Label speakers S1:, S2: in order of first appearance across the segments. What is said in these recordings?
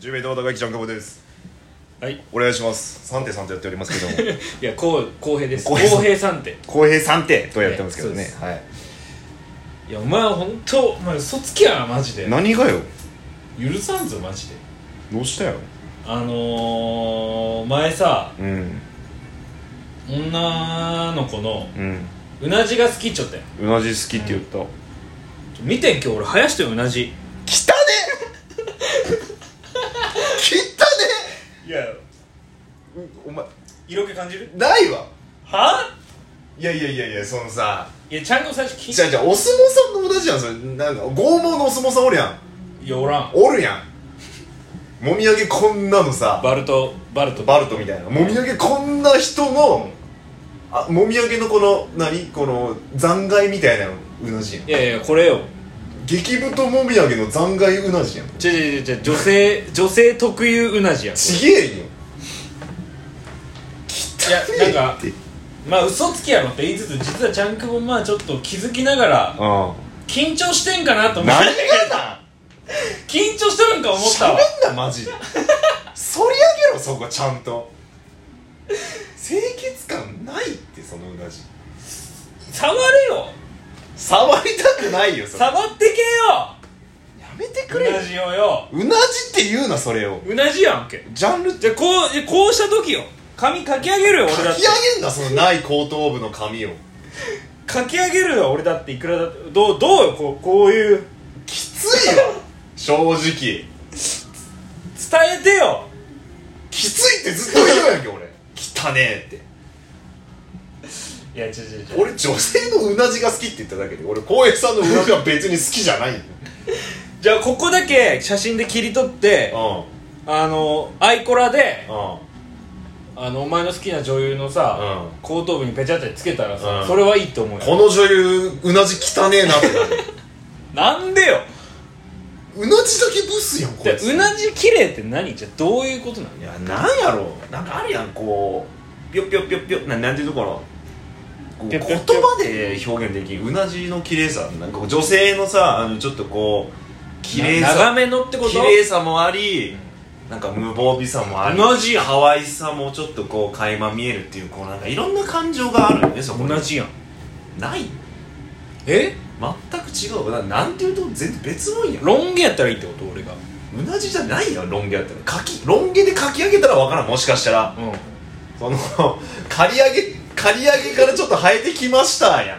S1: 10名の高木ちゃんかぼです
S2: はいい
S1: お願いします3手3手やっておりますけども
S2: やこう公平です
S1: 公
S2: 公
S1: 平さん
S2: 平さんって
S1: 公平3手とやってますけど
S2: はい
S1: ね
S2: そう
S1: はい
S2: いやお前は本当お前嘘つきやなマジで
S1: 何がよ
S2: 許さんぞマジで
S1: どうしたよ
S2: あのー、前さ
S1: うん
S2: 女の子の
S1: うん
S2: うなじが好きっちょって
S1: うなじ好きって言った、
S2: 見てん今日俺林とうなじ
S1: きたねきたね
S2: いや
S1: お前
S2: 色気感じる
S1: ないわ
S2: はい
S1: やいやいやいやそのさ
S2: いやちゃんと最初聞い
S1: じゃじゃお相撲さんの同じじゃんそれなんか剛毛のお相撲さんおるやん
S2: いやおらん
S1: おるやんもみあげこんなのさ
S2: バルトバルト
S1: バルトみたいなもみあげこんな人のあもみあげのこの何この残骸みたいなのうなじやん
S2: いやいやこれよ
S1: 激太もみあげの残骸うなじやん
S2: じゃじゃじゃ女性女性特有うなじやんこ
S1: ちげえよ
S2: れいやなんか
S1: って
S2: まあ嘘つきやろって言いつつ実はちゃんくぼまあちょっと気づきながら
S1: あ
S2: 緊張してんかなと
S1: あ
S2: 思っ
S1: 何
S2: て
S1: がだ
S2: 緊張してるんか思った
S1: 喋
S2: わ
S1: んなマジで反り上げろそこちゃんと清潔感ないってそのうなじ
S2: 触れよ
S1: 触りたくないよそれや
S2: 触ってけ
S1: めてくれ
S2: よう
S1: よ
S2: なじをよ
S1: うなじって言うなそれを
S2: うなじやんけ
S1: ジャンルって
S2: じゃあこうこうした時よ髪かき上げるよ俺だっ
S1: 書き
S2: て
S1: 上げんなそのない後頭部の髪を
S2: かき上げるよ俺だっていくらだってどうどうよこうこういう
S1: きついわ正直
S2: 伝えてよ
S1: きついってずっと言うやんけ俺汚ねえって
S2: いや違う違う違う
S1: 俺女性のうなじが好きって言っただけで俺浩平さんのうなじは別に好きじゃないよ
S2: じゃあここだけ写真で切り取って
S1: う
S2: あのアイコラで
S1: んうん
S2: あのお前の好きな女優のさ、
S1: うん
S2: 後頭部にペチャってつけたらさ、
S1: うん
S2: それはいいと思うよ
S1: この女優うなじ汚ねえなってなる
S2: なんでよ
S1: うなじだけブスやんこ
S2: で
S1: いつ
S2: うなじ綺麗って何じゃあどういうことなの
S1: いやなんやろうなんかあるやんこうピョッピョッピョッピョッななんていうところこう
S2: ピョ
S1: 言
S2: ッピョッピョッ
S1: 葉で表現できるうなじの綺麗さなんかこう女性のさあのちょっとこう綺麗
S2: な長
S1: さ
S2: めのってこと
S1: 綺麗さもありなんか無防備さもあり
S2: うなじやん
S1: 可愛さもちょっとこう垣間見えるっていうこうなんかいろんな感情があるよねそこに
S2: 同じやん
S1: ない
S2: え
S1: 全く違うななんていうと全然別もんやん
S2: ロン毛やったらいいってこと俺が
S1: うなじじゃないやんロン毛やったらかきロン毛でかき上げたらわからんもしかしたら
S2: うん
S1: その 刈り上げ刈り上げからちょっと生えてきましたやん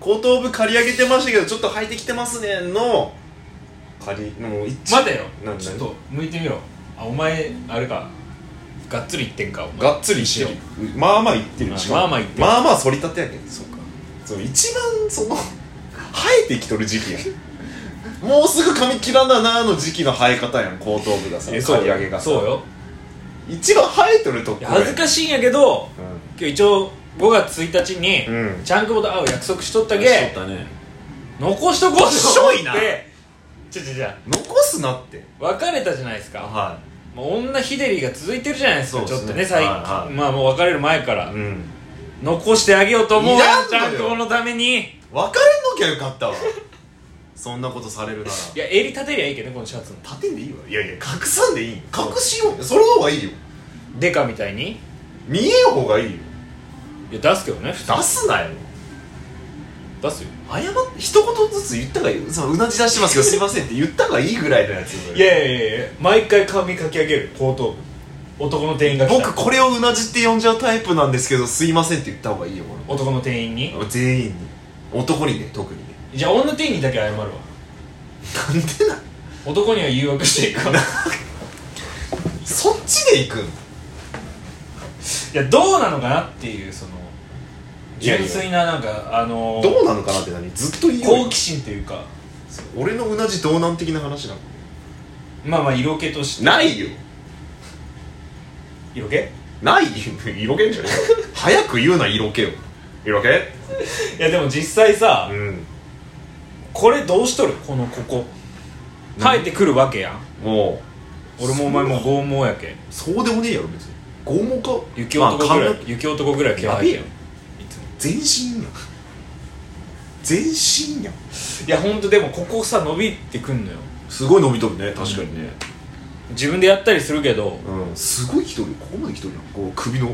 S1: 後頭部刈り上げてましたけどちょっと生えてきてますねの刈りもう一
S2: 待てよ
S1: なん
S2: ちょっと向いてみろあお前あれかがっつりいってんかお前
S1: がっつりしてるまあまあいってる
S2: まあ
S1: しかも
S2: まあまあいってる
S1: まあまあ反り立てやけん
S2: そうか
S1: その一番その生えてきとる時期やんもうすぐ髪切らななの時期の生え方やん後頭部がさ
S2: えそう
S1: 刈り上げがさ
S2: そうよ
S1: 一番生えとるとこ
S2: いや
S1: や
S2: 恥ずかしいんやけど
S1: う
S2: 今日一応5月1日に、
S1: んうん
S2: ちゃんくぼと会う約束しとった
S1: だ
S2: け残しとこうと思って
S1: しょいな
S2: ちょちょちょ
S1: 残すなって
S2: 別れたじゃないですか、
S1: は
S2: もう女ひでりが続いてるじゃないですか
S1: そうですね
S2: ちょっとね最近、
S1: はいはい
S2: まあもう別れる前から、
S1: うん
S2: 残してあげようと思うよ
S1: いらん
S2: ち
S1: のよ
S2: ゃんくぼのために
S1: 別れんのきゃよかったわ そんなことされるなら
S2: いや襟立てりゃいいけどねこのシャツの
S1: 立てんでいいわいやいや隠さんでいい隠しようよそれの方がいいよ
S2: デカみたいに
S1: 見えよう方がいいよ
S2: いや出すけどね普通
S1: 出すなよ
S2: 出すよ
S1: 謝って一言ずつ言ったがいいそのうなじ出してますけどすいませんって言ったがいいぐらいのやつ
S2: いやいやいやいや毎回髪かき上げる後頭部男の店員が来た
S1: 僕これをうなじって呼んじゃうタイプなんですけどすいませんって言った方がいいよこ
S2: 男の店員に
S1: れ全員に男にね特にね
S2: じゃあ女店員にだけ謝るわ
S1: なんでな
S2: 男には誘惑してい くからい
S1: そっちで行くん
S2: やどうなのかなっていうその
S1: いやい
S2: 純
S1: や
S2: 粋ななんかあのー
S1: どうなのかなって何ずっと言う
S2: 好奇心というか
S1: 俺のうなじ道南的な話なの
S2: まあまあ色気として
S1: ないよ
S2: 色気い
S1: ないよ色気んじゃねえよ早く言うな色気を色気
S2: やでも実際さ、
S1: ん
S2: これどうしとるこのここ生えてくるわけやん
S1: も
S2: 俺もお前も剛毛やけ
S1: うそうでもねえやろ別に剛毛か
S2: 雪男ぐ
S1: ま
S2: ら
S1: あ
S2: い、
S1: 髪の
S2: 雪男ぐらい毛
S1: や
S2: 生
S1: べ
S2: え
S1: え
S2: て
S1: や
S2: る
S1: ん全身やん全身やん
S2: いやほんとでもここさ伸びてくんのよ
S1: すごい伸びとるね確かにね、
S2: 自分でやったりするけど、
S1: うんすごい来とるよここまで来とるやんこう首の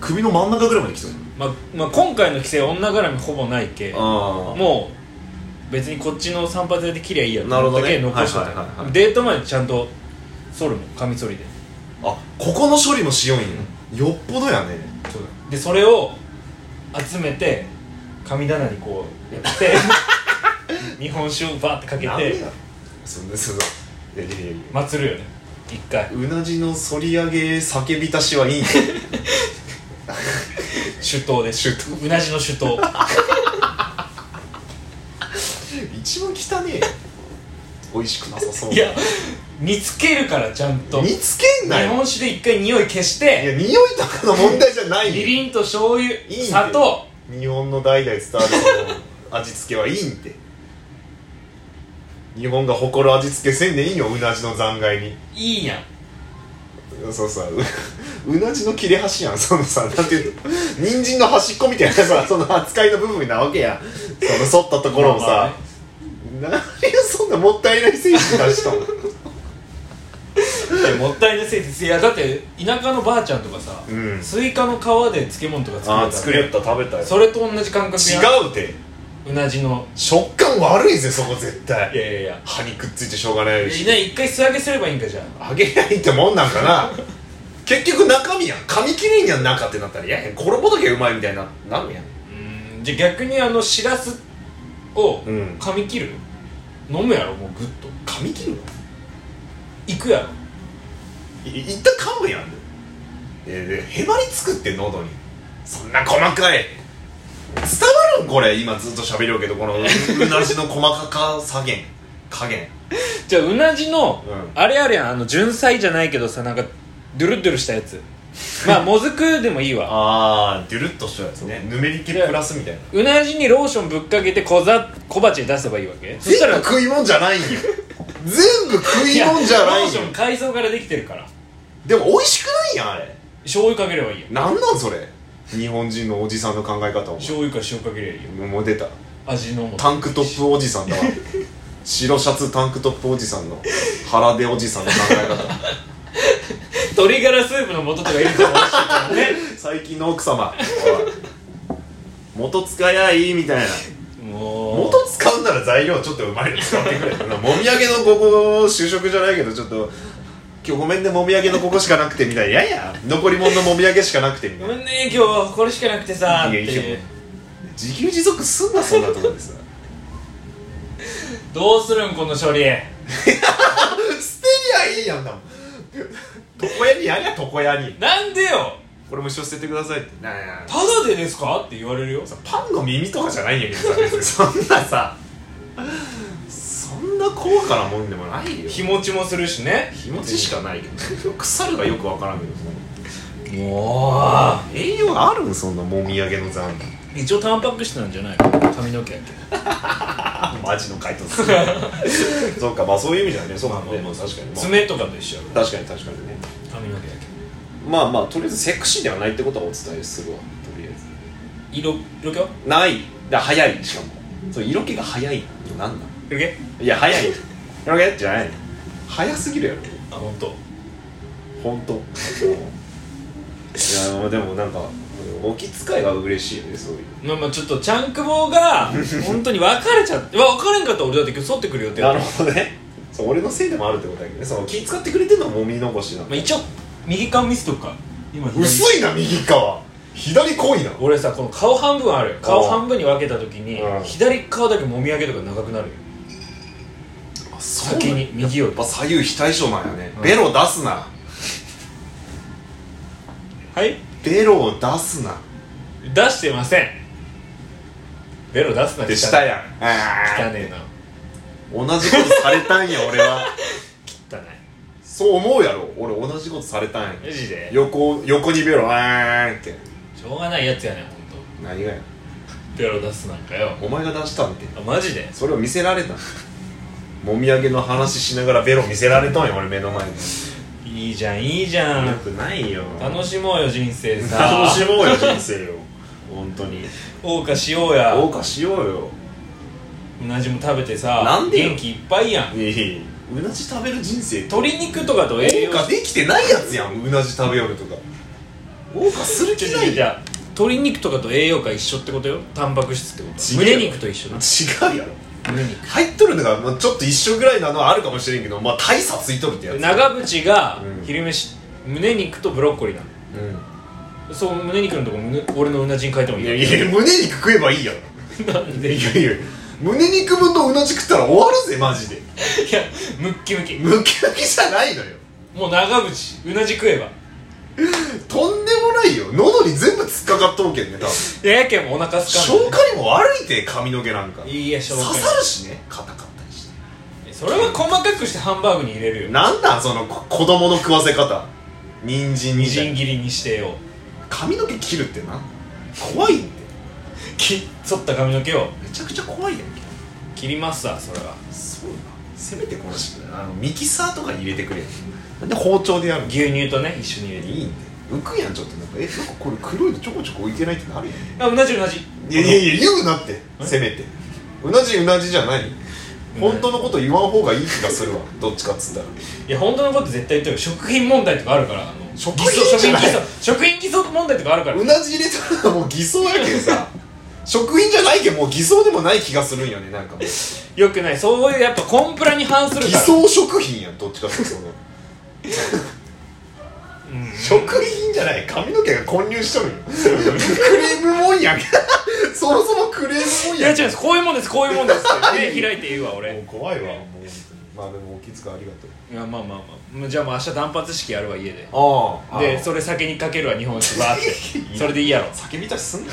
S1: 首の真ん中ぐらいまで来とる
S2: まあまあ、今回の規制は女絡みほぼないけ
S1: やんあー
S2: もう別にこっちの散髪で切りゃいいや
S1: なるほど
S2: だけ
S1: ね
S2: 残しとい
S1: はいはいはいは
S2: た
S1: い
S2: デートまでちゃんと剃るもんカミソリで
S1: あここの処理もしよんやよっぽどやね
S2: そうだでそれを集めて神棚にこうや って日本酒をバーってかけ
S1: なんで
S2: て
S1: やそんなそのいやいやいやいや
S2: 祭るよね一回
S1: うなじの反り上げ叫び足しはいいんや
S2: 首頭で首頭うなじの首頭
S1: 一番汚ねえ美味しくなさそう
S2: いや見つけるからちゃんと
S1: 見
S2: 日
S1: つけんなよ
S2: 本酒で一回匂い消し
S1: いや
S2: て
S1: 匂いとかの問題じゃない
S2: み
S1: よ
S2: りんと醤油
S1: いいんだよ
S2: 砂糖
S1: 日本の代々伝わるその味付けはいいんで日本が誇る味付けせんでいいようなじの残骸に
S2: いいやん
S1: そう さううなじの切れ端やんそのさなんていうの人参の端っこみたいなさその扱いの部分なわけやんその反ったところを
S2: まあまあ
S1: さ
S2: ね
S1: 何やそんなもったいない精神出したの
S2: いやもったいないせいですいやだって田舎のばあちゃんとかさ、
S1: うん
S2: スイカの皮で漬物とか作るから
S1: ああ作りよった食べたよ
S2: それと同じ感覚やん
S1: 違うて
S2: うなじの
S1: 食感悪いぜそこ絶
S2: い
S1: 対
S2: やいやいや
S1: 歯にくっついてしょうがないし
S2: いない一回素揚げすればいいんかじゃ
S1: 揚げないってもんなんかな結局中身やん噛み切れんやん中ってなったらいやいや衣だけうまいみたいにななるやん
S2: あうんじゃあ逆にあのしらすを
S1: うん
S2: 噛み切る、飲むやろもうグッと
S1: 噛み切るの
S2: いくやろ
S1: い一旦噛むやんえでへばりつくって喉にそんな細かい伝わるんこれ今ずっと喋りようけどこのううなじの細かかさ減加減
S2: じゃあうなじの、
S1: うん
S2: あれあれやんあの純菜じゃないけどさなんかドゥルドゥルしたやつ まあもずくでもいいわ
S1: ああデュルッとしたやつねぬめり気プラスみたいな
S2: うなじにローションぶっかけて小ざ小鉢に出せばいいわけそした
S1: 全
S2: ら
S1: 部食いもんじゃないんよ全部食いもんじゃない
S2: ロー
S1: ん
S2: シ
S1: よ
S2: ョン海藻からできてるから
S1: でも美味しくないやんあれ
S2: 醤油かければいいや
S1: なんなんそれ日本人のおじさんの考え方を
S2: 醤油か塩かければいいよ
S1: もう出た
S2: 味の素
S1: タンクトップおじさんだ わ白シャツタンクトップおじさんの腹でおじさんの考え方
S2: 鶏ガラスープの素とか入れても美味しいから ね
S1: 最近の奥様おい元使いやいいみたいな
S2: もう
S1: 元使うなら材料ちょっとうまいの使ってくれよなもみあげのここ就職じゃないけどちょっと今日ごめんねもみあげのここしかなくてみたいないやいや残り物のもみあげしかなくてみたいな
S2: ごめんね今日はこれしかなくてさって
S1: いやいい
S2: い
S1: よ
S2: う
S1: 自給自足すんなそんなところでさ
S2: どうするんこの処理
S1: 捨てりゃいいやんだもん床屋にやりゃ床屋に
S2: なんでよ
S1: これも一緒捨ててくださいってなんや
S2: ただでですかって言われるよ
S1: パンの耳とかじゃないんやけどさ別にそんなさそんな高価なもんでもないよ
S2: 日持ちもするしね
S1: 日持ちしかないけど腐るがよくわからんけどその
S2: も
S1: 栄養があるんそんなもみあげの残機
S2: う一応タンパク質なんじゃないの髪の毛やけ
S1: あマジの回答する そうかまあそういう意味じゃねそうかねまあ確かに、まあ
S2: 爪とかと一緒や
S1: 確かに確かにね
S2: ろ髪の毛や
S1: まあまあとりあえずセクシーではないってことはお伝えするわとりあえず
S2: け色色気は
S1: ないだ早いしかもそう色気が早いってなんなん
S2: 色気
S1: いや早 い色気じゃない早すぎるやろ
S2: あ本当。
S1: 本当いやでもなんかお気遣いは嬉しいよねそういう
S2: まあまあちょっとチャンクボ が本当に別れちゃってわ別れんかったら俺だって今日剃ってくるよって
S1: なるほどねそう俺のせいでもあるってことだけどねその気遣ってくれてるのはもみ残しなの
S2: まあ、一応右顔見せとくか今左
S1: 薄いな右側左濃いな
S2: 俺さこの顔半分あるよ顔半分に分けた時に
S1: うん
S2: 左顔だけもみあげとか長くなるよ
S1: 先
S2: 先に右よ
S1: や
S2: り
S1: っぱ左右非対称なんやね、
S2: うん
S1: ベロ出すな
S2: はい
S1: ベロを出すな
S2: 出してませんベロ出すな
S1: でしたやん
S2: 汚ねえな
S1: 同じことされたんや俺は
S2: 汚
S1: そう思うやろ俺同じことされたんや
S2: いマジで
S1: 横横にベロあーんって
S2: しょうがないやつやねんほんと
S1: 何がや
S2: ベロ出すなんかよ
S1: お前が出したんて
S2: あマジで
S1: それを見せられたもみあげの話しながらベロ見せられたんよ俺目の前で
S2: いいじゃんいいじゃ
S1: よ
S2: ん
S1: くないよ
S2: 楽しもうよ人生さ
S1: 楽しもうよ人生よ本当に
S2: おうかしようや
S1: 謳歌しようよ
S2: うなじも食べてさ
S1: なんでよ
S2: 元気いっぱいやん
S1: いいうなじ食べる人生と
S2: 鶏肉とかと栄
S1: 謳
S2: 養
S1: 歌できてないやつやんうなじ食べよるとか謳歌する気
S2: 違
S1: な
S2: う違う
S1: い
S2: 違
S1: やん
S2: う鶏肉とかと栄養価一緒ってことよタンパク質ってこと
S1: 違う
S2: 胸肉と一緒だ
S1: 違うやろ
S2: 胸肉
S1: 入っとるのがまあちょっと一緒ぐらいなのはあるかもしれんけどまあ大差ついとるってやつ
S2: 長渕が
S1: うん
S2: 昼飯、胸肉とブロッコリーな
S1: う
S2: のそう胸肉のとこ胸俺のうなじに変えてもい
S1: ん
S2: い
S1: いやいや胸肉食えばいいやろ
S2: なんでい
S1: いやいや胸肉分のうなじ食ったら終わるぜマジで
S2: やムッキムキ
S1: ムキムキじゃないのよ
S2: もう長渕うなじ食えば
S1: とんでもないよ喉に全部突っかかっとるけんね多分
S2: いややけんもうお腹すかん
S1: 消化にも悪いて髪の毛なんか
S2: いいや消化
S1: 刺さるしね硬かったりして
S2: それは細かくしてハンバーグに入れるよ
S1: なんだそのこ子供の食わせ方人参
S2: み
S1: みた
S2: じ
S1: い
S2: ん
S1: な
S2: 切りにしてよ
S1: 髪の毛切るってな怖いんで
S2: き剃った髪の毛を
S1: めちゃくちゃ怖いやんけ
S2: 切りますわそれは
S1: そうだせめてこのしあのミキサーとかに入れてくれなんで包丁でやるのい
S2: 牛乳とね一緒に入れる
S1: いんで浮くやんちょっとなんかえなんかこれ黒いのちょこちょこ浮いてないってなるやん
S2: あうなじうなじ
S1: いやいやいや言うなって
S2: え
S1: せめてうなじうなじじゃない本当のこと言わん方がいい気がするわどっちかっつったら
S2: いや本当のこと絶対言ってよ食品問題とかあるからあの
S1: 食
S2: 偽
S1: 品
S2: 装食
S1: じゃ
S2: 品
S1: ない
S2: 偽装食品偽装問題とかあるから
S1: うなじ入れたらもう偽装やけんさ食品じゃないけんもう偽装でもない気がするんよねなんかもう偽
S2: よくないそういうやっぱコンプラに反するから
S1: 装食品やんどっちかっていうとその
S2: うん
S1: 食品じゃない髪の毛が混入しとるよクレームもんやんそもそもクレームもん
S2: いや
S1: やん
S2: 違うんですこういうもんですこういうもんです って目開いて言うわ
S1: も
S2: 俺
S1: う怖いわもう本当にまあでもお気遣いありが
S2: いやまあまあまあじゃあもう明日断髪式やるわ家で
S1: とうあ
S2: でそれ酒にかけるわ日本酒バーってそれでいいやろ
S1: 叫びたしすんな